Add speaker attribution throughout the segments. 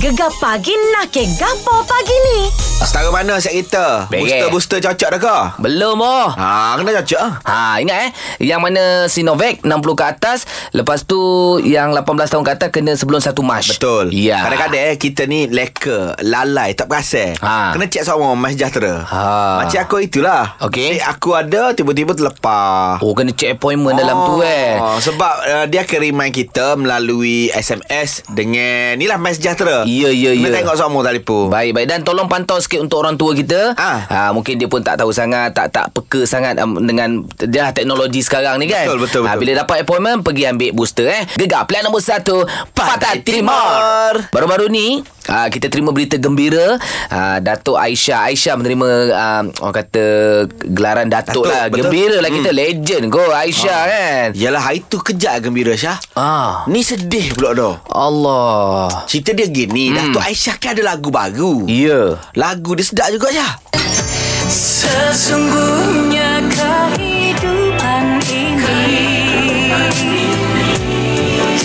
Speaker 1: Gegar pagi nak ke gapo pagi ni?
Speaker 2: Setara mana set kereta?
Speaker 3: Beret.
Speaker 2: Booster-booster cocok dah ke?
Speaker 3: Belum oh.
Speaker 2: Ha, kena cocok ah.
Speaker 3: Ha ingat eh Yang mana Sinovac 60 ke atas Lepas tu Yang 18 tahun ke atas Kena sebelum 1 Mac
Speaker 2: Betul.
Speaker 3: Ya
Speaker 2: Kadang-kadang eh, kita ni leka, lalai, tak perasan.
Speaker 3: Ha.
Speaker 2: Kena cek sama Mas Sejahtera.
Speaker 3: Ha.
Speaker 2: Macam aku itulah.
Speaker 3: Okey.
Speaker 2: Cik aku ada tiba-tiba terlepas.
Speaker 3: Oh kena check appointment dalam tu eh
Speaker 2: Sebab uh, dia akan remind kita melalui SMS dengan ni lah Mas Sejahtera.
Speaker 3: Ya, ya,
Speaker 2: Kena
Speaker 3: ya.
Speaker 2: tengok sama telefon.
Speaker 3: Baik baik dan tolong pantau sikit untuk orang tua kita.
Speaker 2: Ah.
Speaker 3: ha mungkin dia pun tak tahu sangat, tak tak peka sangat um, dengan dah teknologi sekarang ni kan.
Speaker 2: Betul, betul,
Speaker 3: Ah,
Speaker 2: betul.
Speaker 3: bila dapat appointment pergi ambil booster eh. Gegar pilihan nombor 1 Pantai
Speaker 2: Pantai
Speaker 3: Timur.
Speaker 2: Timur.
Speaker 3: Baru-baru ni ah, kita terima berita gembira ah, Datuk Aisyah Aisyah menerima ah, orang kata gelaran
Speaker 2: Datuk,
Speaker 3: Datuk, lah.
Speaker 2: betul. Hmm. Ah.
Speaker 3: Gembira lah kita legend ko Aisyah kan.
Speaker 2: Yalah, hari tu kejap gembira Syah.
Speaker 3: Ah.
Speaker 2: Ni sedih pula dah.
Speaker 3: Allah.
Speaker 2: Cerita dia gini, hmm. Datuk Aisyah kan ada lagu baru.
Speaker 3: Ya.
Speaker 2: Lagu dia sedap juga Syah.
Speaker 4: Sesungguhnya kehidupan ini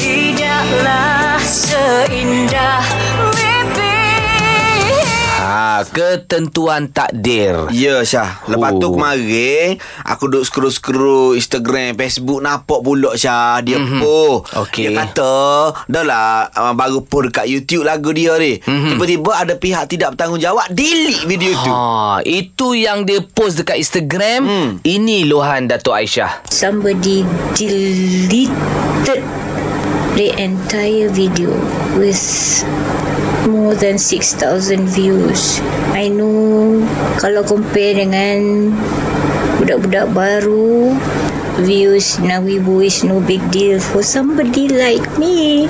Speaker 4: Tidaklah seindah mimpi
Speaker 3: Ha, ketentuan takdir.
Speaker 2: Ya Syah Lepas tu
Speaker 3: Oh.
Speaker 2: kemarin Aku duk scroll-scroll Instagram Facebook Nampak pula Syah Dia mm-hmm. po
Speaker 3: Okey.
Speaker 2: Dia kata Dah lah uh, Baru po dekat YouTube lagu dia ni mm-hmm. Tiba-tiba ada pihak tidak bertanggungjawab Delete video tu
Speaker 3: Ha, itu yang dia post dekat Instagram. Hmm. Ini lohan Datuk Aisyah.
Speaker 5: somebody deleted the entire video with more than 6,000 views. I know kalau compare dengan budak-budak baru, views Nawibu is no big deal for somebody like me.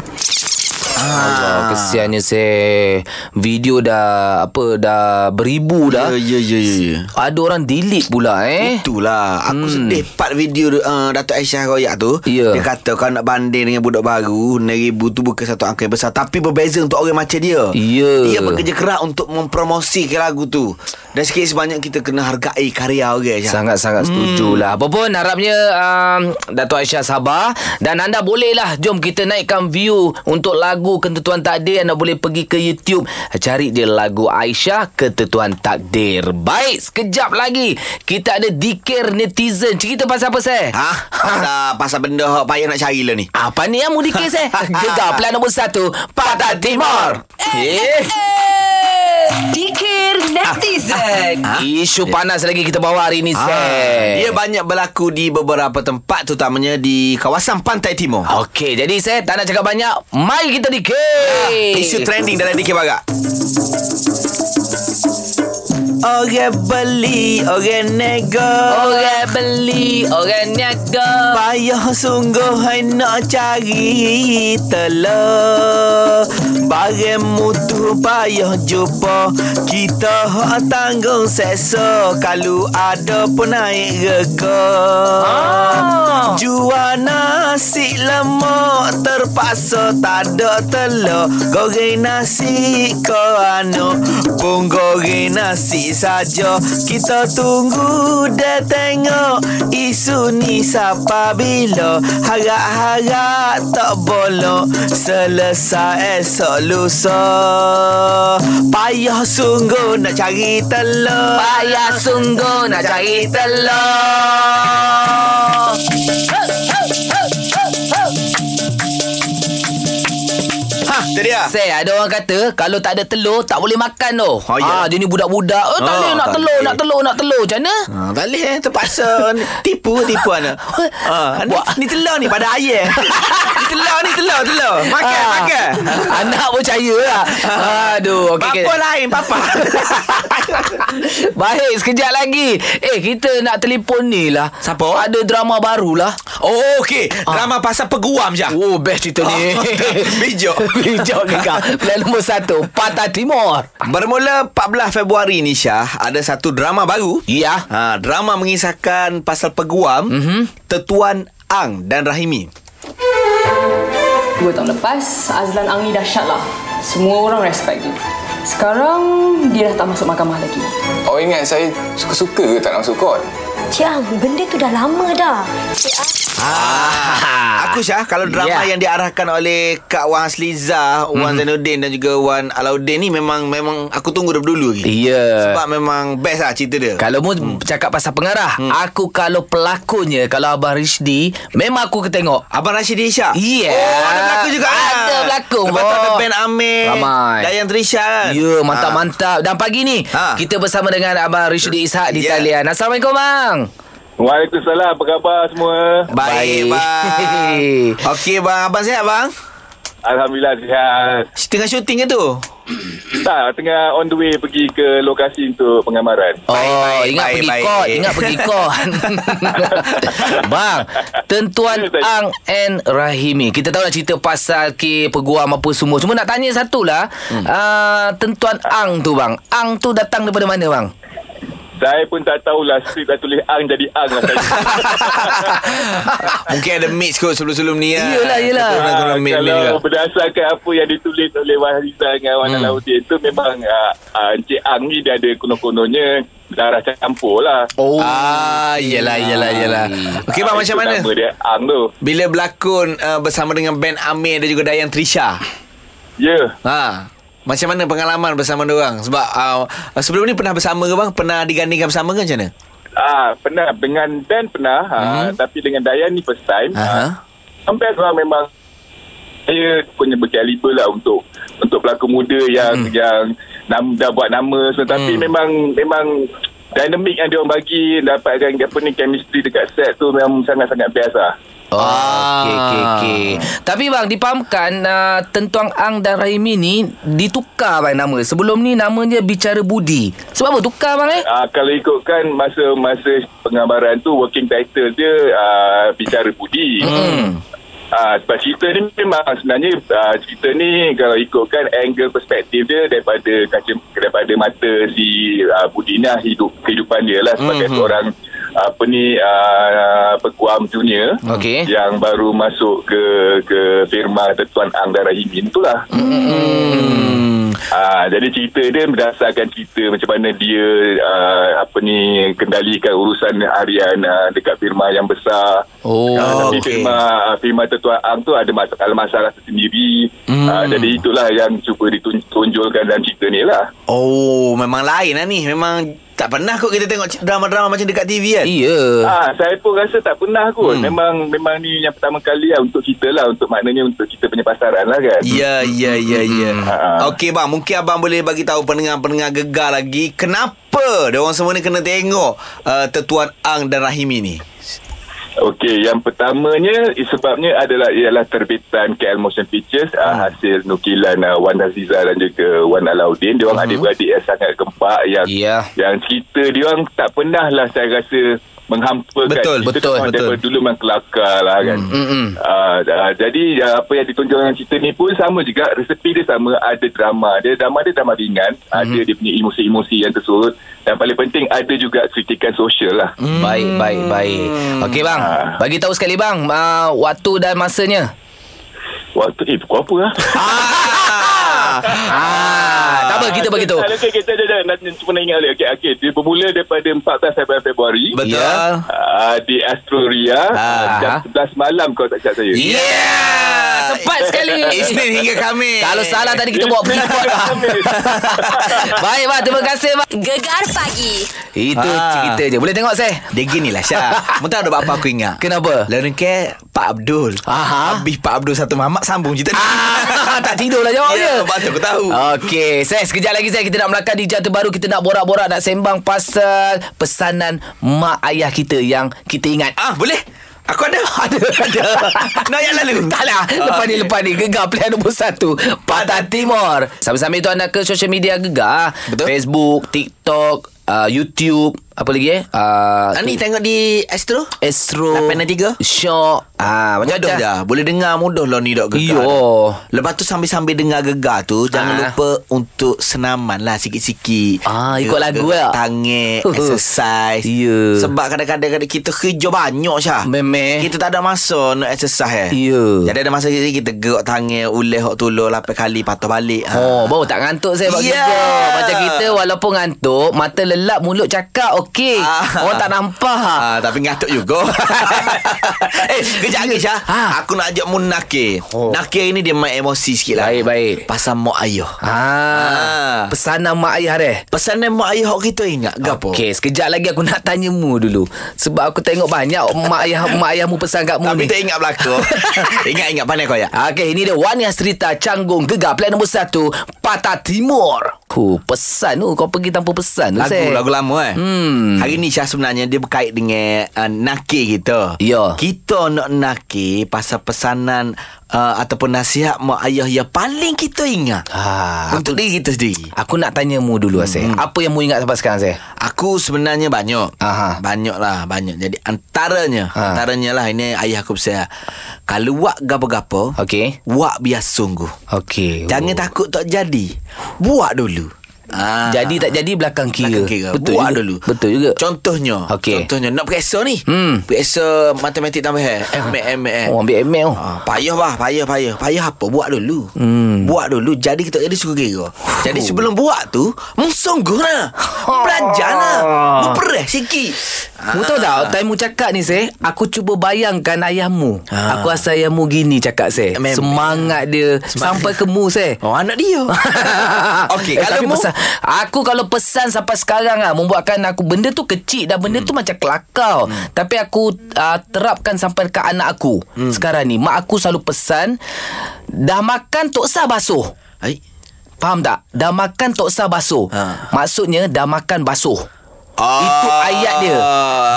Speaker 2: Ah.
Speaker 3: Allah, kesiannya saya. Video dah apa dah beribu dah.
Speaker 2: ya ya ya, ya.
Speaker 3: Ada orang delete pula eh.
Speaker 2: Itulah Aku sedih part video uh, Datuk Aisyah Royak tu
Speaker 3: Ya.
Speaker 2: Dia kata Kalau nak banding dengan budak baru 9,000 tu bukan satu angka yang besar Tapi berbeza untuk orang macam dia
Speaker 3: Ya.
Speaker 2: Dia bekerja keras untuk mempromosikan lagu tu Dan sikit sebanyak kita kena hargai karya orang Aisyah
Speaker 3: Sangat-sangat
Speaker 2: Hmm.
Speaker 3: setuju lah Apa pun harapnya um, Dato' Aisyah sabar Dan anda bolehlah Jom kita naikkan view Untuk lagu Ketentuan Takdir Anda boleh pergi ke YouTube Cari dia lagu Aisyah Ketentuan Takdir Baik Sekejap lagi Kita ada dikir netizen Cerita pasal apa saya?
Speaker 2: Ha?
Speaker 3: Ah.
Speaker 2: Pasal, pasal benda hak payah nak cari lah ni.
Speaker 3: Apa ni yang mu dikir saya? Gegar pelan nombor satu Pantai Timur Eh,
Speaker 4: Dikir
Speaker 2: eh,
Speaker 4: netizen
Speaker 3: Ah, Isu panas lagi kita bawa hari ni
Speaker 2: Ah,
Speaker 3: saya.
Speaker 2: dia banyak berlaku di beberapa tempat terutamanya di kawasan pantai timur.
Speaker 3: Okey, jadi saya tak nak cakap banyak. Mari kita dikir. Eh.
Speaker 2: Isu trending dalam DK Barak. Orang beli, orang nego.
Speaker 3: Orang beli, orang niaga.
Speaker 2: Payah sungguh hai nak cari telur Barang mutu payah jumpa Kita hak tanggung seksa Kalau ada pun naik rega
Speaker 3: Ah.
Speaker 2: Jual nasi lemak Terpaksa tak ada telur Goreng nasi ke anu Pun goreng nasi saja Kita tunggu dia tengok Isu ni siapa bila Harap-harap tak bolong Selesai esok lusa Payah sungguh nak cari telur
Speaker 3: Payah sungguh nak cari telur.
Speaker 2: Ha, tu dia
Speaker 3: Saya ada orang kata kalau tak ada telur tak boleh makan tau.
Speaker 2: Oh, ya.
Speaker 3: Ah, dia ni budak-budak. Eh, tak
Speaker 2: Ah,
Speaker 3: boleh nak
Speaker 2: tak
Speaker 3: telur,
Speaker 2: boleh.
Speaker 3: nak telur, nak telur. Macam mana?
Speaker 2: Ha, tak boleh eh, terpaksa tipu tipu anak. Ha, ni, ni telur ni pada ayah. ni telur ni telur telur. Makan
Speaker 3: Ah.
Speaker 2: makan.
Speaker 3: Anak percaya lah. Aduh,
Speaker 2: Okay,
Speaker 3: okey. okey.
Speaker 2: papa lain papa.
Speaker 3: Ah. Baik, sekejap lagi. Eh, kita nak telefon ni lah. Siapa? Ada drama baru lah. Ah.
Speaker 2: oh okey, drama pasal peguam je.
Speaker 3: Oh, best cerita ni.
Speaker 2: Bijak.
Speaker 3: Bijak ke kau? Pilihan nombor satu, Pantai Timur.
Speaker 2: Bermula 14 Februari ni Syah, ada satu drama baru.
Speaker 3: Ya.
Speaker 2: Ha, drama mengisahkan pasal peguam,
Speaker 3: Mhm.
Speaker 2: mm-hmm. Tetuan Ang dan Rahimi.
Speaker 6: Dua tahun lepas, Azlan Ang ni dahsyat lah. Semua orang respect dia. Sekarang, dia dah tak masuk mahkamah lagi.
Speaker 7: Awak ingat saya suka-suka ke tak nak masuk kot?
Speaker 8: Cik Ang, benda tu dah lama dah. Cik Ang,
Speaker 3: Ah.
Speaker 2: Aku Syah Kalau drama
Speaker 3: Ya.
Speaker 2: yeah. yang diarahkan oleh Kak Wan Hasliza
Speaker 3: Mhm.
Speaker 2: Wan Zainuddin Dan juga Wan Alauddin ni Memang memang Aku tunggu daripada dulu lagi
Speaker 3: Ya.
Speaker 2: Sebab memang best lah cerita dia
Speaker 3: Kalau mu hmm. cakap pasal pengarah hmm. Aku kalau pelakonnya Kalau Abang Rishdi Memang aku ketengok
Speaker 2: Abang Rashid Isha
Speaker 3: Ya.
Speaker 2: Oh ada berlakon juga
Speaker 3: Ada
Speaker 2: kan?
Speaker 3: berlakon,
Speaker 2: Lepas tu
Speaker 3: boh.
Speaker 2: ada Ben Amir
Speaker 3: Ramai.
Speaker 2: Dayang Trisha kan
Speaker 3: Ya, mantap-mantap. Dan pagi ni,
Speaker 2: Ha.
Speaker 3: ha. kita bersama dengan Abang Rishdi Ishak di
Speaker 2: Ya.
Speaker 3: talian. Assalamualaikum, Bang.
Speaker 7: Waalaikumsalam Apa khabar semua
Speaker 2: Baik,
Speaker 3: Baik.
Speaker 2: bang Okey bang Abang sihat bang
Speaker 7: Alhamdulillah sihat
Speaker 2: Tengah syuting ke tu
Speaker 7: Tak tengah on the way Pergi ke lokasi untuk pengamaran
Speaker 3: Oh,
Speaker 2: Baik, baik,
Speaker 3: ingat
Speaker 2: baik,
Speaker 3: pergi
Speaker 2: baik.
Speaker 3: kot. Ingat pergi kot. Bang, Tentuan
Speaker 7: Ya, saya-
Speaker 3: Ang N. Rahimi. Kita tahu dah cerita pasal ke peguam apa semua. Cuma nak tanya satulah. Hmm. Uh, tentuan Ang tu, Bang. Ang tu datang daripada mana, Bang?
Speaker 7: Saya pun tak tahulah Skrip dah tulis Ang jadi Ang lah saya
Speaker 2: Mungkin ada mix kot sebelum-sebelum ni kan?
Speaker 3: Yelah, yelah.
Speaker 7: Ah,
Speaker 2: Korang-korang mix mix juga
Speaker 7: Kalau berdasarkan apa yang ditulis oleh Wahrisa dengan Wan hmm. Laudin tu Memang ah, ah, Encik Ang ni dia ada konon-kononnya Darah campur lah
Speaker 3: Oh.
Speaker 2: Ah, yelah, yelah, yelah. Okey bang,
Speaker 7: Ah,
Speaker 2: macam
Speaker 7: itu
Speaker 2: mana?
Speaker 7: Nama dia Ang tu
Speaker 2: Bila berlakon uh, bersama dengan Ben Amir dan juga Dayang Trisha.
Speaker 7: Ya yeah.
Speaker 2: Ha. Macam mana pengalaman bersama orang? Sebab uh, sebelum ni pernah bersama ke bang? Pernah digandingkan bersama ke macam mana?
Speaker 7: Ah, pernah dengan Dan pernah, ah, tapi dengan Dayan ni first time.
Speaker 2: Hmm. Aha.
Speaker 7: Ah, sampai sekarang memang saya punya berkaliber lah untuk untuk pelakon muda yang yang nam, dah buat nama so, tapi memang memang dinamik yang dia orang bagi dapatkan apa ni chemistry dekat set tu memang sangat-sangat best lah.
Speaker 3: Oh, okey, okey, okey. Tapi bang, dipahamkan uh, Tentuang Ang dan Rahimi ni ditukar bang nama. Sebelum ni namanya Bicara Budi. Sebab apa tukar bang eh?
Speaker 7: Ah, kalau ikutkan masa-masa penggambaran tu working title dia ah, bicara budi.
Speaker 3: Hmm.
Speaker 7: Ah, sebab cerita ni memang sebenarnya ah, cerita ni kalau ikutkan angle perspektif dia daripada kaca daripada mata si ah, Budi ni lah hidup kehidupan dia lah sebagai mm-hmm. seorang apa ni ah, peguam junior
Speaker 3: Okey.
Speaker 7: yang baru masuk ke ke firma Tetuan Ang dan Rahimin itulah.
Speaker 2: Hmm.
Speaker 7: lah. Ah, jadi cerita dia berdasarkan cerita macam mana dia ah, apa ni kendalikan urusan harian ah, dekat firma yang besar.
Speaker 3: Oh,
Speaker 7: Ah, tapi
Speaker 2: okey.
Speaker 7: firma firma Tetua Ang tu ada masalah-masalah tersendiri.
Speaker 3: Hmm.
Speaker 7: Ah, jadi itulah yang cuba ditonjolkan dalam cerita ni lah.
Speaker 2: Oh, memang lain lah ni. Memang tak pernah kot kita tengok drama-drama macam dekat TV kan?
Speaker 3: Iya.
Speaker 7: Ah, saya pun rasa tak pernah
Speaker 3: Hmm.
Speaker 7: kot. Memang memang ni yang pertama kali lah untuk kita lah untuk maknanya untuk kita punya pasaran lah kan.
Speaker 2: Ya, ya, ya, ya.
Speaker 7: Ah.
Speaker 2: Okey bang, mungkin abang boleh bagi tahu pendengar-pendengar gegar lagi kenapa dia orang semua ni kena tengok uh, Tetuan Ang dan Rahimi ni.
Speaker 7: Okey, yang pertamanya eh, sebabnya adalah ialah terbitan KL Motion Pictures
Speaker 3: Hmm.
Speaker 7: uh, hasil nukilan uh, Wan Aziza dan juga Wan Alauddin. Dia orang adik-beradik yang sangat gempak yang
Speaker 3: Hmm. Ya.
Speaker 7: yang cerita dia orang tak pernah lah saya rasa menghampakan
Speaker 2: Betul,
Speaker 7: Cerita
Speaker 2: betul,
Speaker 7: dia orang
Speaker 2: betul.
Speaker 7: daripada dulu memang kelakar lah kan
Speaker 3: mm.
Speaker 7: Uh, uh, jadi uh, apa yang ditunjuk dengan cerita ni pun sama juga resepi dia sama ada drama dia drama dia drama ringan ada dia punya emosi-emosi yang tersurut dan paling penting ada juga kritikan sosial lah
Speaker 3: Baik, baik, baik. Okey bang, bagi tahu sekali bang uh, waktu dan masanya.
Speaker 7: waktu eh pukul apa lah
Speaker 2: Ah.
Speaker 3: Ah, tak apa kita bagi tahu.
Speaker 7: Okey, kita ada dah nak cuma nak ingat balik. Okey, okey. Dia bermula daripada 14 Februari Februari.
Speaker 2: Betul.
Speaker 3: Ya.
Speaker 7: Uh, di Astroria uh,
Speaker 2: Ah.
Speaker 7: jam 11 malam kalau tak silap saya.
Speaker 2: Yeah
Speaker 3: Ya, Tepat sekali.
Speaker 2: Ya. Isnin hingga Khamis
Speaker 3: Kalau salah tadi kita buat keyboard bang. baik bang, terima kasih bang.
Speaker 4: Gegar pagi
Speaker 3: Itu
Speaker 2: Ah.
Speaker 3: cerita je. Boleh tengok saya.
Speaker 2: Dia gini lah Syah Mu tahu dah apa aku ingat
Speaker 3: Kenapa?
Speaker 2: Learning care Pak Abdul
Speaker 3: Aha.
Speaker 2: Habis Pak Abdul satu mamak Sambung cerita ni
Speaker 3: Ah, tak tidur lah jawab
Speaker 2: Ya,
Speaker 3: dia.
Speaker 2: lepas tu aku tahu.
Speaker 3: Okey, saya sekejap lagi saya kita nak melakar di Jati Baru kita nak borak-borak nak sembang pasal pesanan mak ayah kita yang kita ingat.
Speaker 2: Ah boleh Aku ada Ada Ada Nak yang lalu
Speaker 3: Taklah lah. Lepas
Speaker 2: Ah,
Speaker 3: ni lepas ni Gegar pilihan nombor satu Patah Timur Sambil-sambil tu anda ke Social media Gegar
Speaker 2: Betul.
Speaker 3: Facebook TikTok uh, YouTube Apa lagi eh uh,
Speaker 2: Ah, Ni tengok di Astro
Speaker 3: Astro
Speaker 2: 8.3.
Speaker 3: Shock ah, Macam
Speaker 2: Mudah
Speaker 3: dah
Speaker 2: dah Boleh dengar mudah lah ni dok gegar
Speaker 3: Yo.
Speaker 2: tu. Lepas tu sambil-sambil dengar gegar tu Jangan
Speaker 3: Ah.
Speaker 2: lupa untuk senaman lah sikit-sikit
Speaker 3: Ah, ikut
Speaker 2: Gerak-
Speaker 3: lagu
Speaker 2: gerak
Speaker 3: lah.
Speaker 2: Tangan
Speaker 3: Huh.
Speaker 2: Exercise
Speaker 3: Ya.
Speaker 2: Sebab kadang-kadang kadang kita kerja banyak Syah
Speaker 3: Memeh.
Speaker 2: Kita tak ada masa nak exercise eh
Speaker 3: Ya.
Speaker 2: Jadi ada masa kita, kita gerak tangan Uleh hok tulur lapan kali patah balik Ah.
Speaker 3: Oh, baru tak ngantuk saya buat
Speaker 2: Ya.
Speaker 3: yeah. kerja. Macam kita walaupun ngantuk, mata le gelap mulut cakap okey.
Speaker 2: Ah.
Speaker 3: Orang tak nampak.
Speaker 2: Ah, tapi ngatuk juga. eh, kejap lagi Syah.
Speaker 3: Ha.
Speaker 2: Aku nak ajak Mun nakir.
Speaker 3: Oh.
Speaker 2: Oh. Nakir ni dia main emosi sikit lah.
Speaker 3: Baik, baik.
Speaker 2: Pasal mak ayah.
Speaker 3: Ah.
Speaker 2: Ah.
Speaker 3: Pesanan mak ayah dia.
Speaker 2: Pesanan mak ayah hok kita ingat gapo?
Speaker 3: Okey, sekejap lagi aku nak tanya mu dulu. Sebab aku tengok banyak mak ayah mak ayahmu pesan kat mu
Speaker 2: Tapi
Speaker 3: ni.
Speaker 2: tak ingat belakang. Ingat-ingat pandai kau ya.
Speaker 3: Okey, ini dia Wan Yasrita Canggung Gegar Pilihan nombor 1 Patah Timur Huh, pesan tu Kau pergi tanpa pesan tu
Speaker 2: Lagu
Speaker 3: Seh.
Speaker 2: lagu lama eh.
Speaker 3: Hmm.
Speaker 2: Hari ni Syah sebenarnya dia berkait dengan uh, nakir kita.
Speaker 3: Ya.
Speaker 2: Kita nak nakir pasal pesanan uh, ataupun nasihat mak ayah yang paling kita ingat.
Speaker 3: Ah,
Speaker 2: Untuk diri kita sendiri.
Speaker 3: Aku nak tanya mu dulu hmm. Asih. Apa yang mu ingat sampai sekarang Asih?
Speaker 2: Aku sebenarnya banyak.
Speaker 3: Aha.
Speaker 2: Banyak lah, banyak. Jadi antaranya,
Speaker 3: Ha.
Speaker 2: antaranya lah ini ayah aku besar. Kalau wak gapo-gapo,
Speaker 3: Okey.
Speaker 2: wak biasa sungguh.
Speaker 3: Okey.
Speaker 2: Jangan takut tak jadi. Buat dulu. Ah.
Speaker 3: Jadi tak jadi belakang kira.
Speaker 2: Belakang kira.
Speaker 3: Betul
Speaker 2: Buat
Speaker 3: juga.
Speaker 2: dulu.
Speaker 3: Betul juga.
Speaker 2: Contohnya
Speaker 3: Okey.
Speaker 2: Contohnya Nak periksa ni
Speaker 3: Hmm.
Speaker 2: Periksa matematik tambah eh ML ML
Speaker 3: Oh, ambil email.
Speaker 2: Ah, payah bah, payah, payah. Payah apa? Buat dulu. Hmm. Buat dulu. Jadi kita jadi suka kira. Jadi sebelum buat tu, musungguh lah. Belajar lah.
Speaker 3: Ha.
Speaker 2: Berperah sikit.
Speaker 3: Mu tahu tak Time mu cakap ni Seh Aku cuba bayangkan ayahmu ha. Aku rasa ayahmu gini cakap Seh
Speaker 2: Mem-
Speaker 3: Semangat dia Sampai ke mu Seh
Speaker 2: Oh, anak dia. Okey, kalau
Speaker 3: Eh, tapi
Speaker 2: mu...
Speaker 3: pesan, Aku kalau pesan sampai sekarang lah Membuatkan aku Benda tu kecil Dan benda hmm. tu macam kelakar hmm. Tapi aku uh, Terapkan sampai ke anak aku hmm. Sekarang ni Mak aku selalu pesan Dah makan tak usah basuh
Speaker 2: Hai.
Speaker 3: Faham tak? Dah makan tak usah basuh
Speaker 2: Ha.
Speaker 3: Maksudnya Dah makan basuh
Speaker 2: Ah,
Speaker 3: itu ayat dia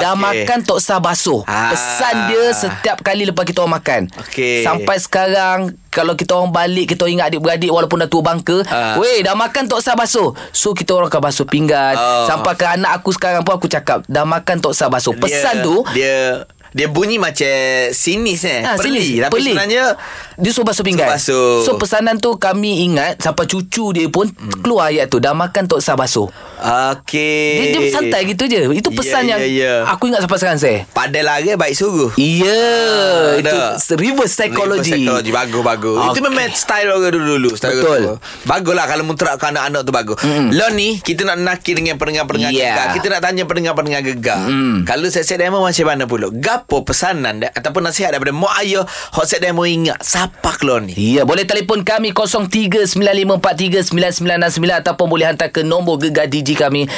Speaker 3: Dah
Speaker 2: okey.
Speaker 3: makan tak usah basuh
Speaker 2: Ah.
Speaker 3: Pesan dia setiap kali lepas kita orang makan
Speaker 2: Okey.
Speaker 3: Sampai sekarang Kalau kita orang balik Kita orang ingat adik-beradik Walaupun dah tua bangka
Speaker 2: Ah.
Speaker 3: Weh dah makan tak usah basuh So kita orang akan basuh pinggan
Speaker 2: Oh.
Speaker 3: Sampai ke anak aku sekarang pun aku cakap Dah makan tak usah basuh Pesan
Speaker 2: dia,
Speaker 3: tu
Speaker 2: Dia dia bunyi macam sinis eh.
Speaker 3: Ah,
Speaker 2: Perli.
Speaker 3: sinis.
Speaker 2: Tapi sebenarnya
Speaker 3: Dia suruh basuh pinggan
Speaker 2: Suruh basuh. Hmm.
Speaker 3: So pesanan tu kami ingat Sampai cucu dia pun Keluar ayat tu Dah makan tak usah basuh
Speaker 2: Okey.
Speaker 3: dia, dia santai gitu je Itu
Speaker 2: Eh. Ya,
Speaker 3: pesan
Speaker 2: ya,
Speaker 3: yang
Speaker 2: ya.
Speaker 3: Aku ingat sampai sekarang saya
Speaker 2: Pandai lari baik suruh.
Speaker 3: Ya
Speaker 2: Ah,
Speaker 3: Itu
Speaker 2: dah.
Speaker 3: reverse
Speaker 2: Reverse
Speaker 3: psychology
Speaker 2: Psychology Bagus bagus okay. Itu
Speaker 3: Okey.
Speaker 2: memang style orang dulu-dulu style orang
Speaker 3: Betul.
Speaker 2: dulu. Bagus lah Kalau menterapkan anak-anak tu bagus mm. Lo ni Kita nak nakir dengan pendengar-pendengar
Speaker 3: Yeah.
Speaker 2: gegar Kita nak tanya pendengar-pendengar gegar mm. Kalau set-set demo macam mana pula Gapo pesanan da- Ataupun nasihat daripada Mak ayah Hot set demo ingat Siapa lo ni
Speaker 3: Ya, boleh telefon kami 0395439969 ataupun boleh hantar ke nombor gegar DJ kami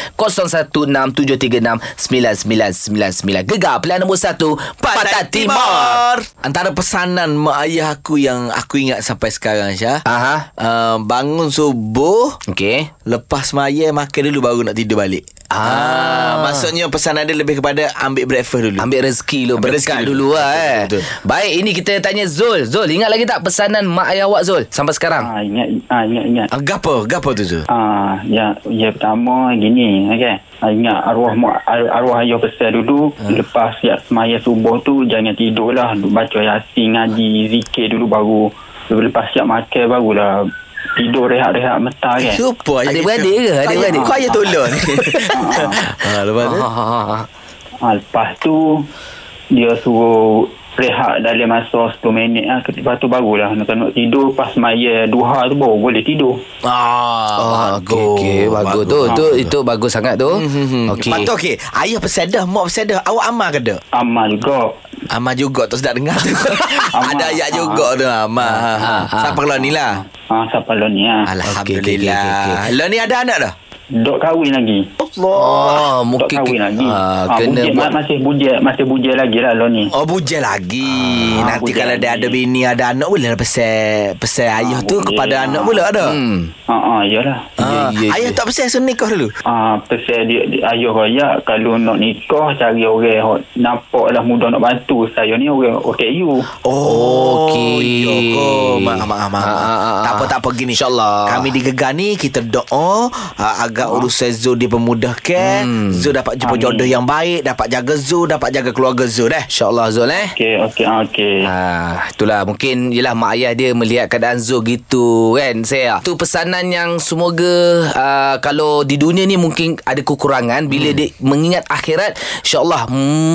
Speaker 3: 0167369999. Gegar pilihan nombor 1 Pantai Timur.
Speaker 2: Antara pesanan Mak ayah aku Yang aku ingat sampai sekarang Syah
Speaker 3: Aha.
Speaker 2: uh, Bangun subuh
Speaker 3: Okey.
Speaker 2: Lepas maya makan dulu baru nak tidur balik. Ah, maksudnya pesanan dia lebih kepada ambil breakfast dulu.
Speaker 3: Ambil rezeki dulu
Speaker 2: Ambil
Speaker 3: Berkat
Speaker 2: rezeki
Speaker 3: dulu,
Speaker 2: dulu.
Speaker 3: lah
Speaker 2: Betul,
Speaker 3: eh.
Speaker 2: betul, betul.
Speaker 3: Baik ini kita tanya Zul Zul ingat lagi tak Pesanan mak ayah awak Zul Sampai sekarang
Speaker 8: Ah ingat ah ingat ingat.
Speaker 2: Ah, gapo, gapo tu tu.
Speaker 8: Ah ya ya pertama gini okey. Ah, ingat arwah mak ar- arwah ayah besar dulu hmm. lepas siap semaya subuh tu jangan tidur lah baca yasin ngaji zikir dulu baru lepas siap makan barulah tidur rehat-rehat mata kan.
Speaker 2: Supo
Speaker 3: Adik-beradik ke? Adik-beradik?
Speaker 2: Kau ayah tolong ni. ha, lepas tu.
Speaker 3: Ah,
Speaker 8: Ha, lepas tu dia suruh rehat dalam masa 10 minit lah. Lepas tu barulah nak nak tidur pas maya duha tu baru boleh tidur.
Speaker 2: Ah,
Speaker 3: Oh, bagus. Okay, okay. Bagus, tu, tu itu bagus sangat tu.
Speaker 2: Okay. Hmm, Patut okey. Ayah pesadah, mak pesadah. Awak amal ke tak?
Speaker 8: Amal juga.
Speaker 2: Amal juga tak sedap dengar tu. Ada ayat juga tu amal. Ha, ha.
Speaker 3: Ah, ah.
Speaker 2: Siapa kalau ni lah?
Speaker 8: Ah, siapa lo ni ah?
Speaker 2: Alhamdulillah. Okay, okay, okay, okay. Lo ni ada anak dah?
Speaker 8: Dok kahwin lagi.
Speaker 3: Oh,
Speaker 8: Dok
Speaker 3: mungkin
Speaker 8: kahwin lagi.
Speaker 3: Ah,
Speaker 8: Ah,
Speaker 3: kena
Speaker 8: bujia,
Speaker 3: buat
Speaker 8: ma- masih bujia, masih bujia lagi lah lo ni.
Speaker 2: Oh bujang lagi ah,
Speaker 8: Ah,
Speaker 2: Nanti
Speaker 8: bujang
Speaker 2: kalau dia
Speaker 8: lagi.
Speaker 2: ada bini Ada anak boleh lah Pesan Pesan ah, ayah tu
Speaker 8: boleh.
Speaker 2: Kepada anak pula ada hmm.
Speaker 8: Ha ah, iyalah.
Speaker 2: ah,
Speaker 3: ya,
Speaker 2: Ayah
Speaker 3: ya.
Speaker 2: tak pesan Suruh nikah dulu
Speaker 8: Ah, pasal dia, dia ayah raya kalau nak nikah cari orang hok nampaklah lah, mudah nak bantu. Saya ni orang OKU.
Speaker 2: Oh,
Speaker 3: Okey.
Speaker 2: ya ke? Maaf, maaf, maaf.
Speaker 3: Ah, ah, ah,
Speaker 2: tak apa, tak apa gini. InsyaAllah. Kami di Gegar ni, kita doa uh,
Speaker 3: Ah.
Speaker 2: agar urusan Zul dipermudahkan. Hmm. Zul dapat jumpa
Speaker 8: Amin.
Speaker 2: jodoh yang baik, dapat jaga Zul, dapat jaga keluarga Zul deh.
Speaker 3: InsyaAllah Zul eh
Speaker 8: Okey, okey, ah, okey.
Speaker 3: Ah, itulah mungkin Yelah mak ayah dia Melihat keadaan Zul gitu Kan saya Tu pesanan yang Semoga uh, Kalau di dunia ni Mungkin ada kekurangan Bila hmm. dia Mengingat akhirat InsyaAllah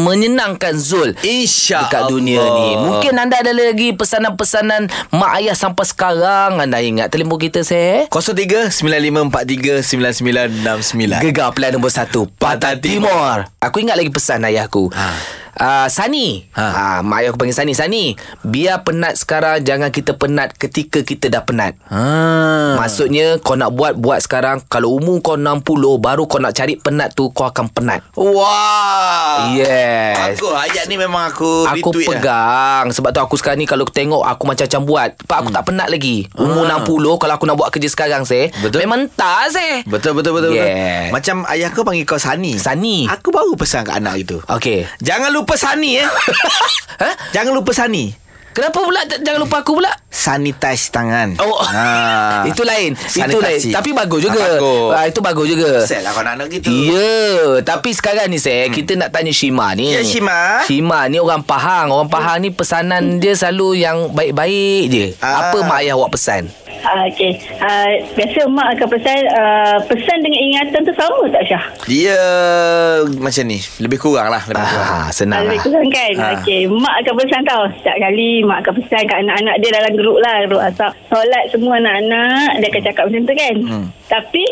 Speaker 3: Menyenangkan Zul
Speaker 2: InsyaAllah.
Speaker 3: Dekat dunia ni Mungkin anda ada lagi Pesanan-pesanan Mak ayah sampai sekarang Anda ingat Telepon kita saya
Speaker 2: 03 9543 99 969.
Speaker 3: Gegar pilihan nombor satu Pantai Timur. Aku ingat lagi pesan ayah aku ha. Uh, Sani ha.
Speaker 2: Ha.
Speaker 3: Uh, Mak ayah aku panggil Sani Sani Biar penat sekarang Jangan kita penat Ketika kita dah penat
Speaker 2: Ah.
Speaker 3: Maksudnya kau nak buat Buat sekarang Kalau umur kau 60 Baru kau nak cari penat tu Kau akan penat
Speaker 2: Wah.
Speaker 3: Yes
Speaker 2: Ah, Aku ayat ni memang aku
Speaker 3: Aku
Speaker 2: retweet lah.
Speaker 3: pegang Sebab tu aku sekarang ni Kalau aku tengok Aku macam-macam buat Pak aku hmm. tak penat lagi Umur
Speaker 2: Ah.
Speaker 3: 60 Kalau aku nak buat kerja sekarang seh
Speaker 2: Betul.
Speaker 3: Memang tak seh
Speaker 2: Betul betul betul betul.
Speaker 3: Yeah.
Speaker 2: Macam ayah kau panggil kau Sani.
Speaker 3: Sani.
Speaker 2: Aku baru pesan kat anak itu.
Speaker 3: Okay
Speaker 2: Jangan lupa Sani eh.
Speaker 3: Hah?
Speaker 2: Jangan lupa Sani.
Speaker 3: Kenapa pula j- Jangan lupa aku pula
Speaker 2: Sanitize tangan.
Speaker 3: Oh
Speaker 2: Ah.
Speaker 3: Itu lain Itu lain
Speaker 2: Sanitasi.
Speaker 3: Tapi bagus juga
Speaker 2: Ah, bagus.
Speaker 3: Ah, Itu bagus juga
Speaker 2: Sel lah kau nak anak gitu.
Speaker 3: Ya yeah. Tapi sekarang ni saya hmm. Kita nak tanya Shima ni
Speaker 2: Ya, Shima. Hmm.
Speaker 3: Shima ni orang Pahang Orang Pahang ni pesanan dia selalu yang baik-baik je
Speaker 2: Ah.
Speaker 3: Apa mak ayah awak pesan?
Speaker 9: Ah, Okey. Ah, biasa mak akan pesan ah, pesan dengan ingatan tu sama tak Syah?
Speaker 2: Dia macam ni. Lebih kurang lah. Lebih kurang.
Speaker 3: Ah,
Speaker 9: Ah,
Speaker 3: senang lah
Speaker 9: Lebih kurang kan?
Speaker 2: Ah.
Speaker 9: Okey, mak akan pesan tau. Setiap kali mak akan pesan kat anak-anak dia dalam grup lah, grup WhatsApp. Solat semua anak-anak, dia akan cakap macam tu kan? Tapi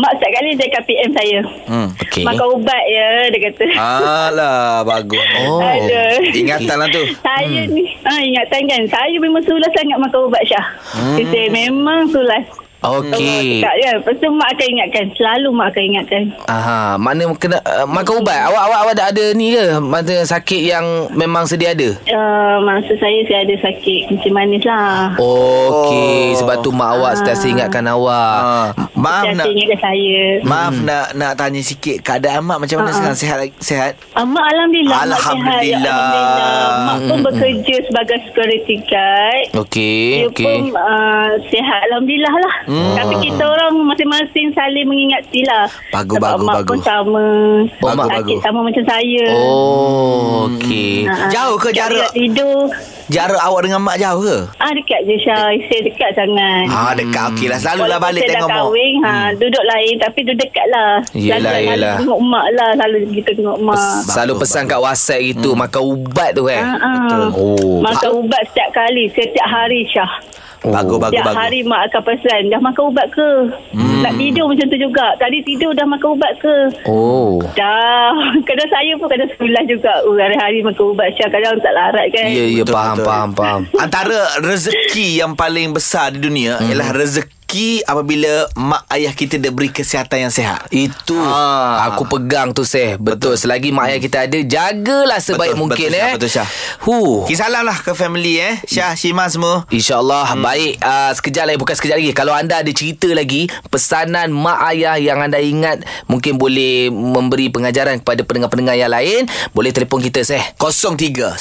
Speaker 9: mak setiap kali dia akan PM saya.
Speaker 2: Hmm. Ah.
Speaker 3: Okay
Speaker 9: Makan ubat ya, dia kata.
Speaker 2: Alah bagus
Speaker 3: Oh.
Speaker 9: Aduh.
Speaker 2: Ingatan lah tu
Speaker 9: Saya hmm. ni ah, Ingatan kan Saya memang sulas sangat Makan ubat Syah hmm. Kita memang sulas
Speaker 3: Okay
Speaker 9: Mak cakap kan Lepas tu mak akan ingatkan Selalu mak akan ingatkan
Speaker 3: Aha, mana kena uh, makan ubat? Awak awak awak ada, ada ni ke? Mata sakit yang memang sedia ada?
Speaker 9: uh, Maksud saya Saya ada sakit Kencing manis lah
Speaker 3: Okey,
Speaker 2: Oh.
Speaker 3: sebab tu mak awak sentiasa ingatkan
Speaker 2: ah.
Speaker 3: awak.
Speaker 2: Maaf
Speaker 9: Saya
Speaker 2: nak
Speaker 9: ingatkan saya
Speaker 2: Maaf hmm. nak nak tanya sikit Keadaan mak macam mana
Speaker 9: Ha-ha.
Speaker 2: sekarang Sehat lagi? Sehat
Speaker 9: uh, Mak Alhamdulillah mak sihat. Ya
Speaker 2: Alhamdulillah.
Speaker 9: Alhamdulillah Mak pun
Speaker 3: Hmm,
Speaker 9: bekerja Sebagai security guard
Speaker 3: Okey,
Speaker 9: Dia Ya pun
Speaker 3: okey.
Speaker 9: uh, sihat Alhamdulillah lah hmm. Tapi kita orang Masing-masing saling mengingati lah
Speaker 2: Bagus,
Speaker 9: Sebab
Speaker 2: bagus,
Speaker 9: mak pun
Speaker 2: bagus.
Speaker 9: sama
Speaker 2: Oh, mak
Speaker 9: Sakit
Speaker 2: bagus.
Speaker 9: sama macam saya
Speaker 3: Oh, okey.
Speaker 9: Ah, ah.
Speaker 2: Jauh ke
Speaker 9: Setiap
Speaker 2: jarak?
Speaker 9: dia Tidur
Speaker 2: Jarak awak dengan mak jauh ke?
Speaker 9: Ah dekat je Syah Saya dekat sangat
Speaker 2: Ah dekat okey lah Selalulah
Speaker 9: Walaupun
Speaker 2: balik
Speaker 9: saya
Speaker 2: tengok
Speaker 9: dah
Speaker 2: mak
Speaker 9: kahwin, ha, duduk lain tapi duduk dekat lah.
Speaker 3: Yelah,
Speaker 9: Selalu-
Speaker 3: yelah.
Speaker 9: Selalu tengok mak lah, selalu kita tengok mak.
Speaker 3: Selalu
Speaker 2: Bagus, bagus.
Speaker 3: pesan
Speaker 2: Hmm.
Speaker 3: kat WhatsApp gitu makan ubat tu eh.
Speaker 9: Ha, ha.
Speaker 10: Ah,
Speaker 3: Oh.
Speaker 9: Makan ubat setiap kali, setiap hari Syah.
Speaker 2: Bagus bagus
Speaker 9: Setiap
Speaker 2: bagus
Speaker 9: hari mak akan pesan,
Speaker 10: Kan,
Speaker 9: dah makan ubat ke? Hmm. Nak tidur macam tu juga. Tadi tidur dah makan ubat ke?
Speaker 3: Oh.
Speaker 9: Dah. Ah, Kadang saya pun kadang sekolah juga. Oh, hari-hari makan ubat Syah. Kadang tak larat kan?
Speaker 3: Ya, ya
Speaker 2: Betul,
Speaker 3: faham,
Speaker 2: betul.
Speaker 3: faham, faham.
Speaker 2: Antara rezeki yang paling besar di dunia hmm. Ialah rezeki apabila mak ayah kita diberi kesihatan yang sihat
Speaker 3: Itu
Speaker 2: Ah.
Speaker 3: Aku pegang tu Seh Betul, Selagi mak ayah kita ada Jagalah sebaik
Speaker 2: Betul,
Speaker 3: mungkin
Speaker 2: betul,
Speaker 3: eh
Speaker 2: Syah, betul, Syah.
Speaker 3: Huh.
Speaker 2: Kisah salam lah ke family eh Syah, Shima semua
Speaker 3: InsyaAllah hmm. Baik uh, Sekejap lagi Bukan sekejap lagi Kalau anda ada cerita lagi Pesanan mak ayah Yang anda ingat Mungkin boleh Memberi pengajaran Kepada pendengar-pendengar yang lain Boleh telefon kita seh
Speaker 2: 03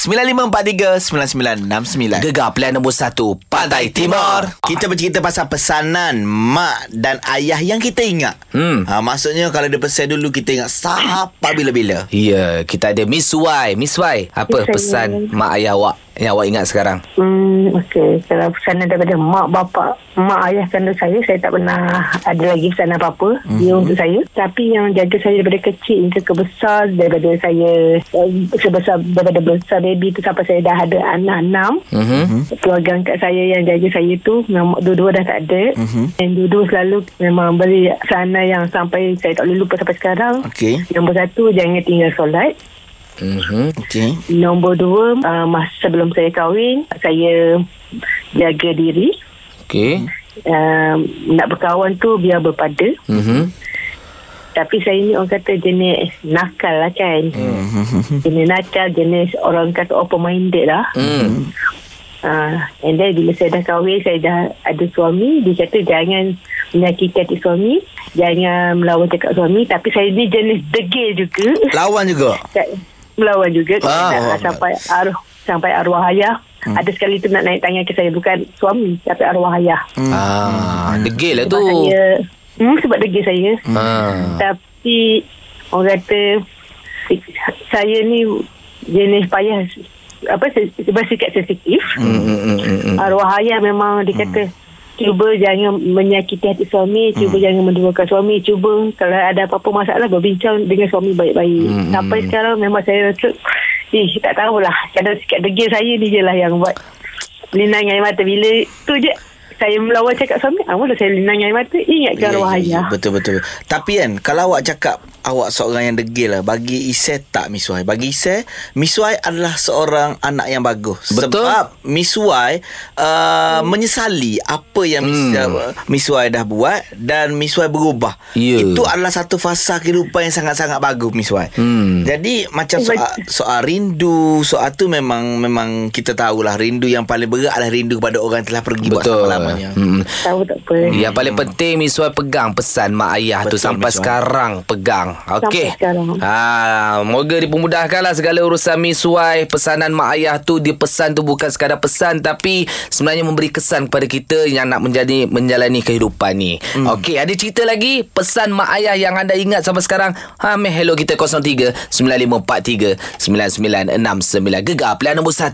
Speaker 2: 9543 9969
Speaker 3: Gegar pilihan nombor 1 Pantai Timur
Speaker 2: Kita bercerita pasal pesanan mak dan ayah yang kita ingat.
Speaker 3: Hmm.
Speaker 2: Ha, maksudnya kalau dia pesan dulu kita ingat sampai bila-bila.
Speaker 3: Ya yeah, Kita ada Miss Wai Miss Wai Apa
Speaker 9: Ya, saya.
Speaker 3: pesan mak ayah awak Yang awak ingat sekarang
Speaker 10: Hmm, okey. Kalau pesanan daripada mak bapa, mak ayah kandung saya, saya tak pernah ada lagi pesanan apa-apa. Mm-hmm. Dia untuk saya. Tapi yang jaga saya daripada kecil hingga ke besar, daripada saya eh, sebesar daripada besar baby tu sampai saya dah ada anak enam.
Speaker 3: mm-hmm.
Speaker 10: Keluarga angkat saya yang jaga saya tu, memang dua-dua dah tak ada. Mm-hmm. Dan dua-dua selalu memang beri pesanan yang sampai saya tak boleh lupa sampai sekarang.
Speaker 2: Okey.
Speaker 10: Nombor satu, jangan tinggal solat.
Speaker 3: Mm-hmm.
Speaker 2: Okey.
Speaker 10: Nombor dua, uh, masa sebelum saya kahwin, saya jaga diri.
Speaker 3: Okay
Speaker 10: Um, nak berkawan tu biar berpada.
Speaker 3: mm-hmm.
Speaker 10: Tapi saya ni orang kata jenis nakal lah kan. Jenis nakal, jenis orang kata open-minded lah.
Speaker 3: Mm.
Speaker 10: Uh, and then bila saya dah kahwin, saya dah ada suami. Dia kata jangan menyakiti hati suami. Jangan melawan cakap suami. Tapi saya ni jenis degil juga.
Speaker 2: Lawan juga.
Speaker 10: Kat, melawan juga
Speaker 2: Ah,
Speaker 10: ah,
Speaker 2: oh,
Speaker 10: sampai arwah sampai arwah ayah hmm. ada sekali tu nak naik tangan ke saya bukan suami tapi arwah ayah
Speaker 3: Mm. Ah, degil lah
Speaker 10: sebab
Speaker 3: tu.
Speaker 10: saya hmm, sebab degil saya
Speaker 3: Ah.
Speaker 10: tapi orang kata saya ni jenis payah apa se- bersikap sensitif
Speaker 3: Mm, mm, mm, mm, mm.
Speaker 10: arwah ayah memang dia kata cuba jangan menyakiti hati suami cuba jangan menduakan suami cuba kalau ada apa-apa masalah berbincang dengan suami baik-baik sampai sekarang memang saya rasa eh tak tahulah kadang sikap degil saya ni je lah yang buat linang air mata bila tu je saya melawan cakap suami, awal saya lenang air mata, ingatkan yeah,
Speaker 2: Ya,
Speaker 10: arwah
Speaker 2: ya, ya,
Speaker 10: ayah.
Speaker 2: Betul betul. Tapi kan kalau awak cakap awak seorang yang degil lah bagi Isai tak Misuai. Bagi Isai, Misuai adalah seorang anak yang bagus.
Speaker 3: Betul.
Speaker 2: Sebab Misuai uh, menyesali apa yang Mis,
Speaker 3: Hmm.
Speaker 2: uh, Misuai dah buat dan Misuai berubah.
Speaker 3: Ya.
Speaker 2: Itu adalah satu fasa kehidupan yang sangat-sangat bagus Misuai.
Speaker 3: Hmm.
Speaker 2: Jadi macam soal soal rindu, soal tu memang memang kita tahulah rindu yang paling berat adalah rindu kepada orang yang telah pergi buat
Speaker 3: Betul.
Speaker 2: selama-lamanya.
Speaker 3: Hmm.
Speaker 10: Tahu tak apa.
Speaker 3: Yang paling penting Miswai pegang pesan mak ayah tu
Speaker 2: Betul,
Speaker 3: sampai
Speaker 2: Miss Wai.
Speaker 3: sekarang pegang. Okey.
Speaker 10: Sampai sekarang.
Speaker 3: Ha, moga dipermudahkanlah segala urusan Miswai. Pesanan mak ayah tu dia pesan tu bukan sekadar pesan tapi sebenarnya memberi kesan kepada kita yang nak menjadi menjalani kehidupan ni. Hmm. Okey, ada cerita lagi pesan mak ayah yang anda ingat sampai sekarang? Ha, meh hello kita 03 9543 9969 gegar pilihan nombor 1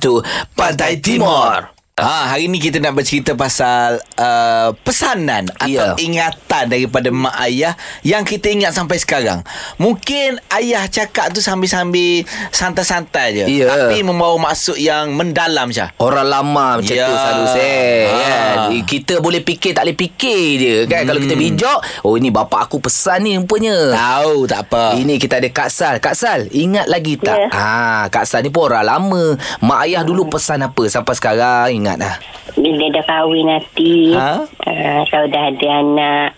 Speaker 3: Pantai Timur.
Speaker 2: Ha, hari ni kita nak bercerita pasal uh, pesanan
Speaker 3: Ya.
Speaker 2: atau ingatan daripada mak ayah yang kita ingat sampai sekarang. Mungkin ayah cakap tu sambil-sambil santai-santai je.
Speaker 3: Ya.
Speaker 2: Tapi membawa maksud yang mendalam Syah.
Speaker 3: Orang lama macam yeah.
Speaker 2: Ya.
Speaker 3: tu selalu Zek
Speaker 2: Ha.
Speaker 3: kan? Kita boleh fikir tak boleh fikir je kan Kalau
Speaker 2: Hmm.
Speaker 3: kita bijak Oh ini bapak aku pesan ni rupanya
Speaker 2: Tahu Oh, tak apa.
Speaker 3: Ini kita ada Kak Sal Kak Sal ingat lagi tak?
Speaker 9: Ya. Hmm.
Speaker 3: Ah, Kak Sal ni pun orang lama Mak ayah dulu pesan apa Sampai sekarang ingat lah
Speaker 9: Bila dah kahwin nanti
Speaker 2: Ha?
Speaker 9: ha? uh, Kalau dah ada anak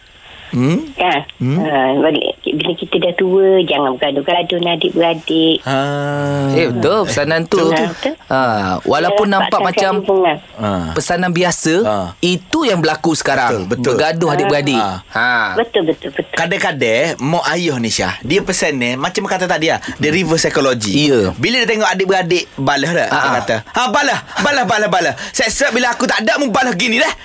Speaker 2: Hmm?
Speaker 9: Kan hmm? uh, Bila kita dah tua Jangan bergaduh-gaduh dengan Adik-beradik
Speaker 2: Ha.
Speaker 3: Eh betul pesanan tu
Speaker 9: Betul, betul. Ya,
Speaker 3: ha, Walaupun
Speaker 9: Jangan
Speaker 3: nampak
Speaker 9: rapatkan
Speaker 3: macam
Speaker 9: hubungan.
Speaker 2: Ha.
Speaker 3: Pesanan biasa
Speaker 2: Ha.
Speaker 3: Itu yang berlaku sekarang
Speaker 2: Betul, betul.
Speaker 3: Bergaduh
Speaker 9: Ah.
Speaker 3: adik-beradik
Speaker 2: Ha.
Speaker 3: ha.
Speaker 9: Betul betul betul
Speaker 2: Kadang-kadang Mak ayah ni Syah Dia pesan ni Macam kata tadi lah Dia reverse psychology
Speaker 3: Ya.
Speaker 2: Bila dia tengok adik-beradik Balah tak Dia
Speaker 3: Ah.
Speaker 2: kata Ha balah Balah balah balah Set-set bila aku tak ada Mu balah gini dah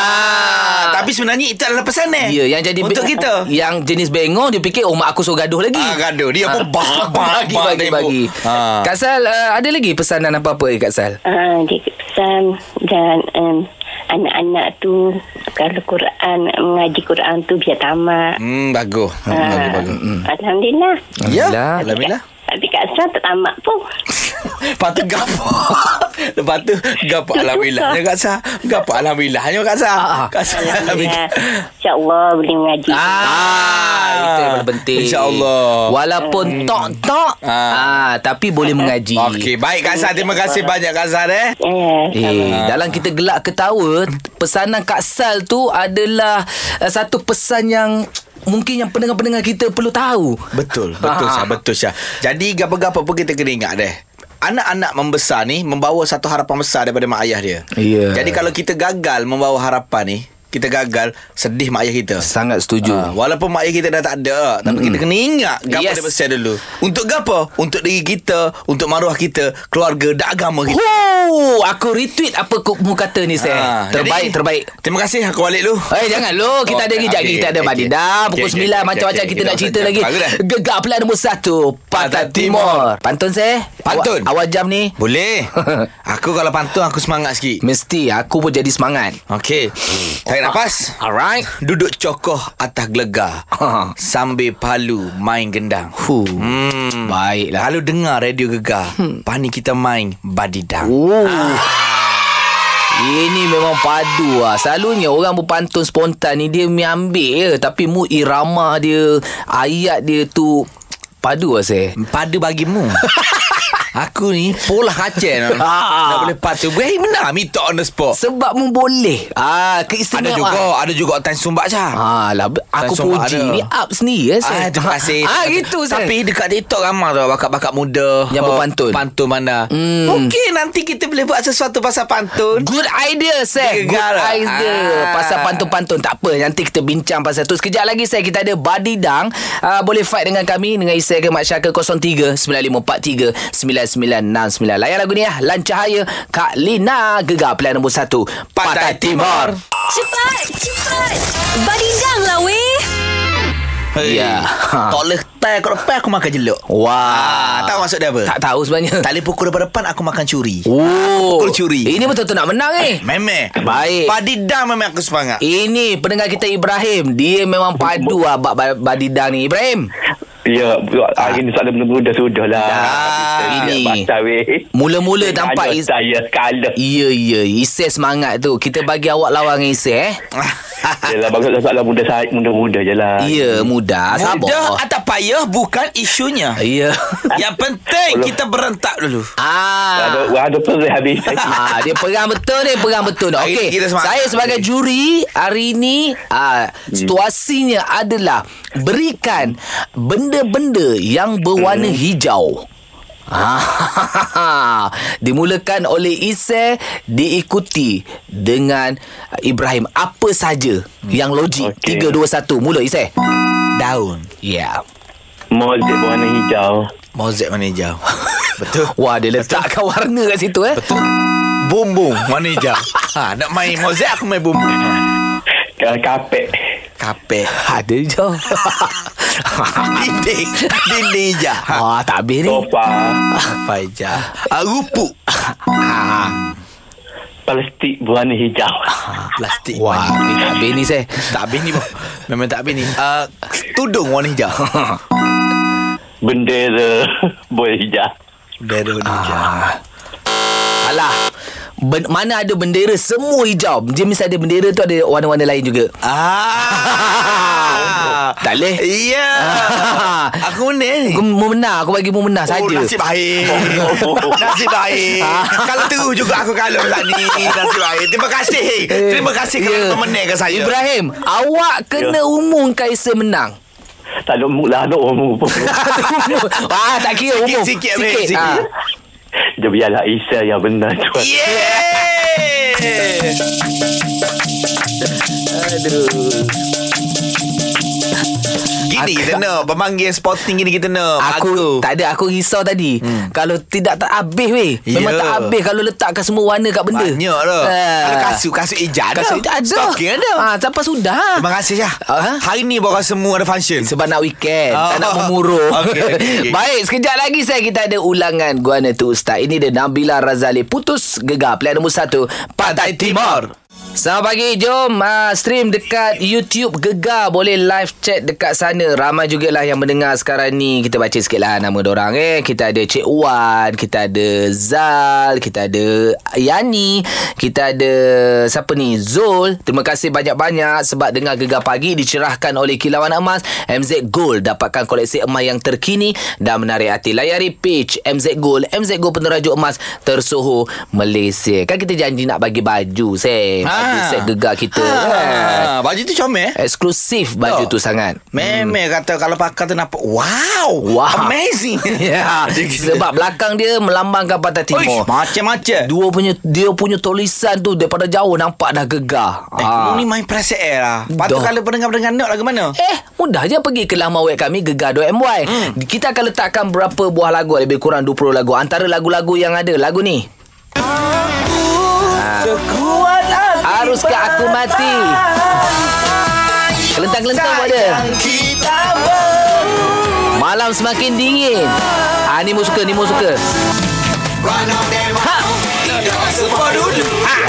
Speaker 2: Ah, tapi sebenarnya itu adalah pesan ni.
Speaker 3: Ya, yang jadi
Speaker 2: Eh, untuk kita.
Speaker 3: Yang jenis bengong dia fikir oh mak aku suruh gaduh lagi.
Speaker 2: Ah, gaduh. Dia pun bah- bah-
Speaker 3: bagi
Speaker 2: bah-
Speaker 3: bagi
Speaker 2: tembok.
Speaker 3: bagi.
Speaker 2: Ah.
Speaker 3: Kak Sal uh, ada lagi pesanan apa-apa eh Kak Sal?
Speaker 9: Ah, dia pesan dan um, anak-anak tu kalau Quran mengaji Quran tu biar tamat.
Speaker 2: Hmm, bagus. Hmm, bagus, bagus. Hmm.
Speaker 9: Alhamdulillah.
Speaker 2: Ya,
Speaker 3: Alhamdulillah.
Speaker 2: Alhamdulillah.
Speaker 9: Tapi Kak Sal tak tamat pun.
Speaker 2: Lepas tu gapo. Lepas tu gapo alhamdulillah. Ya Kak Sah. Gapo alhamdulillah. Ya Kak Sah. Kak Sah.
Speaker 9: Alhamdulillah. InsyaAllah boleh mengaji.
Speaker 2: Ah.
Speaker 3: Ah, itu yang paling penting.
Speaker 2: InsyaAllah. Hmm.
Speaker 3: Walaupun tok-tok ah.
Speaker 2: Ah.
Speaker 3: tapi boleh mengaji.
Speaker 2: Okey, baik Kak Sah. Terima kasih banyak Kak Sah eh.
Speaker 9: Eh,
Speaker 3: Eh,
Speaker 2: Ah.
Speaker 3: dalam kita gelak ketawa, pesanan Kak Sal tu adalah uh, satu pesan yang mungkin yang pendengar-pendengar kita perlu tahu.
Speaker 2: Betul, betul
Speaker 3: Ha.
Speaker 2: Syah, betul Syah. Jadi gapa-gapa pun kita kena ingat deh. Anak-anak membesar ni membawa satu harapan besar daripada mak ayah dia.
Speaker 3: Ya.
Speaker 2: Jadi kalau kita gagal membawa harapan ni, kita gagal, sedih mak ayah kita.
Speaker 3: Sangat setuju.
Speaker 2: Ha, walaupun mak ayah kita dah tak ada Tapi kita kena ingat Gapa yes.
Speaker 3: Yes.
Speaker 2: dia besar dulu Untuk gapa? Untuk diri kita Untuk maruah kita Keluarga dan agama kita
Speaker 3: Huh, aku retweet apa kamu kata ni saya.
Speaker 2: Ha,
Speaker 3: eh, terbaik
Speaker 2: jadi,
Speaker 3: terbaik.
Speaker 2: Terima kasih Aku balik dulu
Speaker 3: Eh jangan lo kita ada lagi
Speaker 2: Oh, Okey,
Speaker 3: okay, kita ada
Speaker 2: okey,
Speaker 3: okay,
Speaker 2: okey.
Speaker 3: Madinah
Speaker 2: Okey,
Speaker 3: pukul
Speaker 2: okey,
Speaker 3: 9
Speaker 2: okey,
Speaker 3: macam macam
Speaker 2: okey, okey,
Speaker 3: kita nak
Speaker 2: okey,
Speaker 3: cerita
Speaker 2: okey.
Speaker 3: lagi.
Speaker 2: Bagus dah.
Speaker 3: Gegar pula nombor 1 Pantai
Speaker 2: Pantai
Speaker 3: Timur.
Speaker 2: Timur.
Speaker 3: Pantun saya?
Speaker 2: Pantun.
Speaker 3: Awal, awal jam ni
Speaker 2: Boleh Aku kalau pantun Aku semangat sikit
Speaker 3: mesti aku pun jadi semangat.
Speaker 2: Okey Tarik nafas
Speaker 3: Alright.
Speaker 2: Duduk cokoh atas gelegar
Speaker 3: Ha.
Speaker 2: Sambil palu main gendang
Speaker 3: Huh.
Speaker 2: Hmm.
Speaker 3: Baiklah.
Speaker 2: Lalu dengar radio gegar Pani kita main badidang
Speaker 3: Oh. Ini memang padu lah Selalunya orang berpantun spontan ni Dia ambil je Tapi mu irama dia Ayat dia tu Padu lah saya
Speaker 2: Pada bagimu Aku ni pola kacau nak,
Speaker 3: Ah.
Speaker 2: nak boleh patuh Weh benar Minta on the spot
Speaker 3: Sebab mu boleh ah,
Speaker 2: Ada
Speaker 3: Keistimewaan
Speaker 2: juga Ada juga time sumbat Syah
Speaker 3: Ah, lah, aku
Speaker 2: Langsung
Speaker 3: puji
Speaker 2: ada.
Speaker 3: ni up sendiri eh,
Speaker 2: Ah,
Speaker 3: Sel.
Speaker 2: terima kasih
Speaker 3: Ah, gitu Sel.
Speaker 2: Tapi dekat TikTok ramai tau Bakat-bakat muda
Speaker 3: Yang
Speaker 2: Oh,
Speaker 3: berpantun.
Speaker 2: Pantun mana
Speaker 3: Hmm.
Speaker 2: Mungkin nanti kita boleh buat sesuatu pasal pantun
Speaker 3: Good idea, Seh. Good
Speaker 2: Gegar.
Speaker 3: idea.
Speaker 2: Ah.
Speaker 3: Pasal pantun-pantun. Tak apa, nanti kita bincang pasal tu. Sekejap lagi, Seh, kita ada Badidang. Uh, boleh fight dengan kami, dengan Isai ke Mak Syaka 03-9543-9969. Layan lagu ni lah. Lan Cahaya, Kak Lina. Gegar pilihan nombor 1. Pantai
Speaker 2: Pantai
Speaker 3: Timur.
Speaker 2: Timur.
Speaker 1: Cepat, cepat. Badindang lah weh.
Speaker 2: Hei.
Speaker 3: Ya.
Speaker 2: Tak boleh tay Kau lepas aku makan jelok Ah,
Speaker 3: Wah.
Speaker 2: Tahu maksud dia apa?
Speaker 3: Tak tahu sebenarnya.
Speaker 2: Tak boleh pukul depan depan Aku makan curi
Speaker 3: Oh.
Speaker 2: Pukul curi.
Speaker 3: Ini betul-betul nak menang eh.
Speaker 2: Meme
Speaker 3: Baik.
Speaker 2: Badidang memang aku semangat
Speaker 3: ah, Ini pendengar kita Ibrahim Dia memang padu lah Bak bak- badidang ni Ibrahim
Speaker 8: Ya, hari ni soalan benda-benda sudahlah.
Speaker 3: Dah, ini.
Speaker 8: Pasal weh.
Speaker 3: Mula-mula
Speaker 8: Dengan
Speaker 3: nampak
Speaker 8: anak
Speaker 3: is-
Speaker 8: saya sekala.
Speaker 3: Ya, ya. Isai semangat tu. Kita bagi awak lawan dengan Isai, eh.
Speaker 8: Yalah, bagus lah, soalan muda saya, muda-muda je lah.
Speaker 3: Ya, mudah.
Speaker 2: Mudah
Speaker 3: Sabar.
Speaker 2: atau payah bukan isunya.
Speaker 3: Ya.
Speaker 2: Yang penting
Speaker 8: Belum.
Speaker 2: kita berentak dulu.
Speaker 8: Ada,
Speaker 3: Ah.
Speaker 8: ada perih habis.
Speaker 3: Ah, dia perang betul ni, perang betul ni.
Speaker 2: Hari
Speaker 3: Okey.
Speaker 2: ni kita Hmm. semangat.
Speaker 3: Saya sebagai juri hari ni ah, situasinya adalah berikan benda-benda yang berwarna
Speaker 2: Hmm.
Speaker 3: hijau. Ah, dimulakan oleh Isai diikuti dengan Ibrahim apa saja
Speaker 2: Hmm.
Speaker 3: yang logik
Speaker 8: Okey.
Speaker 3: 3 2 1 mula Ya. Isai.
Speaker 2: Daun.
Speaker 3: Yeah.
Speaker 8: Mozik berwarna hijau.
Speaker 2: Mozek mana hijau. Betul.
Speaker 3: Wah, dia letakkan warna kat situ eh. Betul.
Speaker 2: Bumbung mana hijau. ha, nak main mozek aku main bumbung.
Speaker 8: Ka- Kapek.
Speaker 2: Kapek.
Speaker 3: Ada Ha, hijau.
Speaker 2: Dinding. Dinding hijau. Ha,
Speaker 3: Wah, tak habis ni.
Speaker 8: Sofa.
Speaker 2: apa hijau? Ah, rupuk.
Speaker 8: Plastik berwarna hijau.
Speaker 2: Ha, Plastik.
Speaker 3: Wah, ni tak habis ni saya.
Speaker 2: Tak habis ni bang. Memang tak habis ni. Uh, tudung warna hijau.
Speaker 8: Bendera bola hijau.
Speaker 2: Bendera warna hijau.
Speaker 3: Alah. Ben, mana ada bendera semua hijau. Jenis ada bendera tu ada warna-warna lain juga.
Speaker 2: Ah.
Speaker 3: Tak boleh.
Speaker 2: Ya.
Speaker 3: Ah.
Speaker 2: Aku ni.
Speaker 3: Aku memenang, aku bagi memenang saja. Oh. Ah.
Speaker 2: Oh, nasib baik. nasib baik. Kalau teru juga aku kalau kat ni. Nasib baik. Terima kasih. Terima kasih kerana memenangkan saya.
Speaker 3: Eh. Ya. Ibrahim, awak
Speaker 2: Ya.
Speaker 3: kena umumkan Isa menang.
Speaker 8: Tak ada umur lah. Ada umur pun.
Speaker 3: ah, tak kira umum.
Speaker 2: Sikit-sikit, Ray, sikit.
Speaker 3: Ah.
Speaker 8: Dia biarlah Isa yang benar tu.
Speaker 2: Yeah. Gini kita nak Pemanggil sporting gini kita nak
Speaker 3: Ah, Aku tak ada Aku risau tadi hmm. Kalau tidak tak habis weh Memang
Speaker 2: Ya.
Speaker 3: tak habis Kalau letakkan semua warna kat benda
Speaker 2: Banyak dah
Speaker 3: Ah.
Speaker 2: Kalau kasut Kasut hijau ada
Speaker 3: Kasut ada
Speaker 2: Stocking ada
Speaker 3: ha, Sampai sudah
Speaker 2: Terima kasih Syah
Speaker 3: Ah.
Speaker 2: Hari ni bawa semua ada function
Speaker 3: sebab nak weekend oh. Tak
Speaker 2: Oh.
Speaker 3: nak memurung
Speaker 2: Okey, okey, okey.
Speaker 3: Baik Sekejap lagi saya Kita ada ulangan Guana Tu Ustaz Ini dia Nabila Razali Putus Gegar Pilihan nombor 1 Pantai Timur Selamat pagi Jom uh, Stream dekat YouTube Gegar Boleh live chat dekat sana Ramai jugalah yang mendengar sekarang ni Kita baca sikit lah Nama dorang eh Kita ada Cik Wan Kita ada Zal Kita ada Yani Kita ada Siapa ni Zul Terima kasih banyak-banyak Sebab dengar Gegar Pagi Dicerahkan oleh Kilauan Emas MZ Gold Dapatkan koleksi emas yang terkini Dan menarik hati Layari page MZ Gold MZ Gold peneraju emas Tersohor Malaysia Kan kita janji nak bagi baju Seh Baju
Speaker 2: Ah.
Speaker 3: set gegar kita
Speaker 2: ha.
Speaker 3: kan
Speaker 2: Baju tu comel
Speaker 3: Eksklusif
Speaker 2: Oh.
Speaker 3: baju tu sangat
Speaker 2: Memang kata kalau pakai tu nampak Wow
Speaker 3: Wow.
Speaker 2: Amazing
Speaker 3: Ya
Speaker 2: Ah, Dia kata,
Speaker 3: Sebab belakang dia Melambangkan Pantai
Speaker 2: "Uish,
Speaker 3: Timur
Speaker 2: Macam-macam
Speaker 3: Dua punya Dia punya tulisan tu Daripada jauh Nampak dah gegar
Speaker 2: Eh,
Speaker 3: Ah.
Speaker 2: kamu ni main perasaan lah Patut
Speaker 3: Dah.
Speaker 2: kalau pendengar-pendengar nak lagu lah, mana
Speaker 3: Eh, mudah je pergi ke laman web kami gegar.my. Hmm. Kita akan letakkan berapa buah lagu, lebih kurang 20 lagu. Antara lagu-lagu yang ada, lagu ni. Haruskah aku mati? Kelentang-kelentang pun ada. Malam semakin dingin. Ah, ni mu suka, ni mu suka. Ha.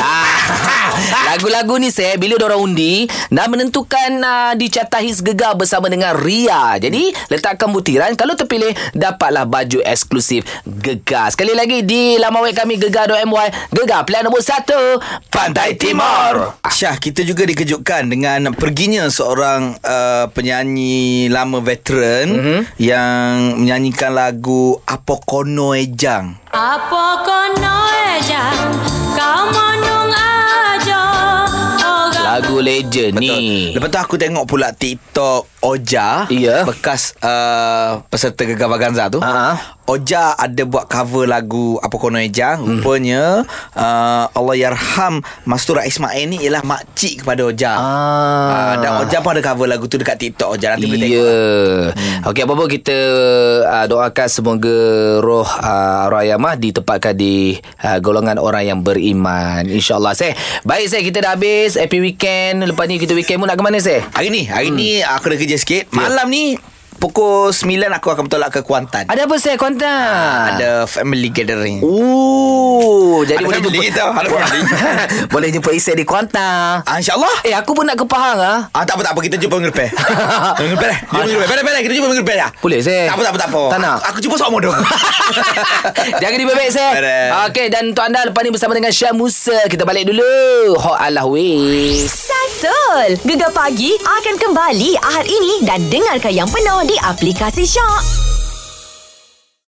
Speaker 3: Ah, Lagu-lagu ni saya bila orang undi dan menentukan uh, di carta hits gegar bersama dengan Ria. Jadi letakkan butiran kalau terpilih dapatlah baju eksklusif gegar. Sekali lagi di laman web kami gegar.my gegar pilihan nombor 1 Pantai Timur.
Speaker 2: Syah, kita juga dikejutkan dengan perginya seorang uh, penyanyi lama veteran
Speaker 3: Mhm.
Speaker 2: mm-hmm. yang menyanyikan lagu Apokono Ejang.
Speaker 4: Apa kono eja Kau monung aja
Speaker 1: Oh,
Speaker 4: Orang
Speaker 3: Lagu legend ni.
Speaker 2: Lepas tu aku tengok pula TikTok Oja
Speaker 3: Ya.
Speaker 2: bekas uh, peserta Gegar Vaganza tu.
Speaker 3: Ha.
Speaker 2: Oja ada buat cover lagu Apa Kono Ejang.
Speaker 3: Hmm.
Speaker 2: Rupanya uh, Allah Yarham Mastura Ismail ni ialah makcik kepada Oja.
Speaker 3: Ah.
Speaker 2: Uh, dan Oja pun ada cover lagu tu dekat TikTok Oja. Nanti boleh
Speaker 3: Ya.
Speaker 2: tengok. lah.
Speaker 3: Yeah. Hmm. Okey apa-apa kita uh, doakan semoga roh uh, arwah ayah mah ditempatkan di uh, golongan orang yang beriman. InsyaAllah saya. Baik saya kita dah habis happy weekend. Lepas ni kita weekend pun nak ke mana saya? Ya.
Speaker 2: Hari ni Hari hmm. ni aku dah kerja sikit Malam ni Pukul 9 aku akan bertolak ke Kuantan
Speaker 3: Ada apa saya kontak?
Speaker 2: Ada family gathering
Speaker 3: Oh, jadi
Speaker 2: Ada
Speaker 3: boleh
Speaker 2: family
Speaker 3: jumpa.
Speaker 2: kita Ada family
Speaker 3: boleh jumpa Isai di Kuantan.
Speaker 2: ah, InsyaAllah
Speaker 3: Eh, aku pun nak ke Pahang ah.
Speaker 2: Ah, tak apa tak apa kita jumpa minggu depan. minggu depan. dah. Jumpa minggu depan. Pandai pandai kita jumpa ya? minggu depan dah.
Speaker 3: Boleh, Zek.
Speaker 2: Tak apa tak apa tak apa.
Speaker 3: Eh. Tak nak.
Speaker 2: Aku jumpa sama dong.
Speaker 3: Jaga diri baik-baik saya.
Speaker 2: Baik.
Speaker 3: Okey dan untuk anda lepas ni bersama dengan Syah Musa kita balik dulu. Hot Allah weh.
Speaker 4: Settle. Gegar pagi akan kembali Ahad ini dan dengarkan yang penuh di aplikasi Shock.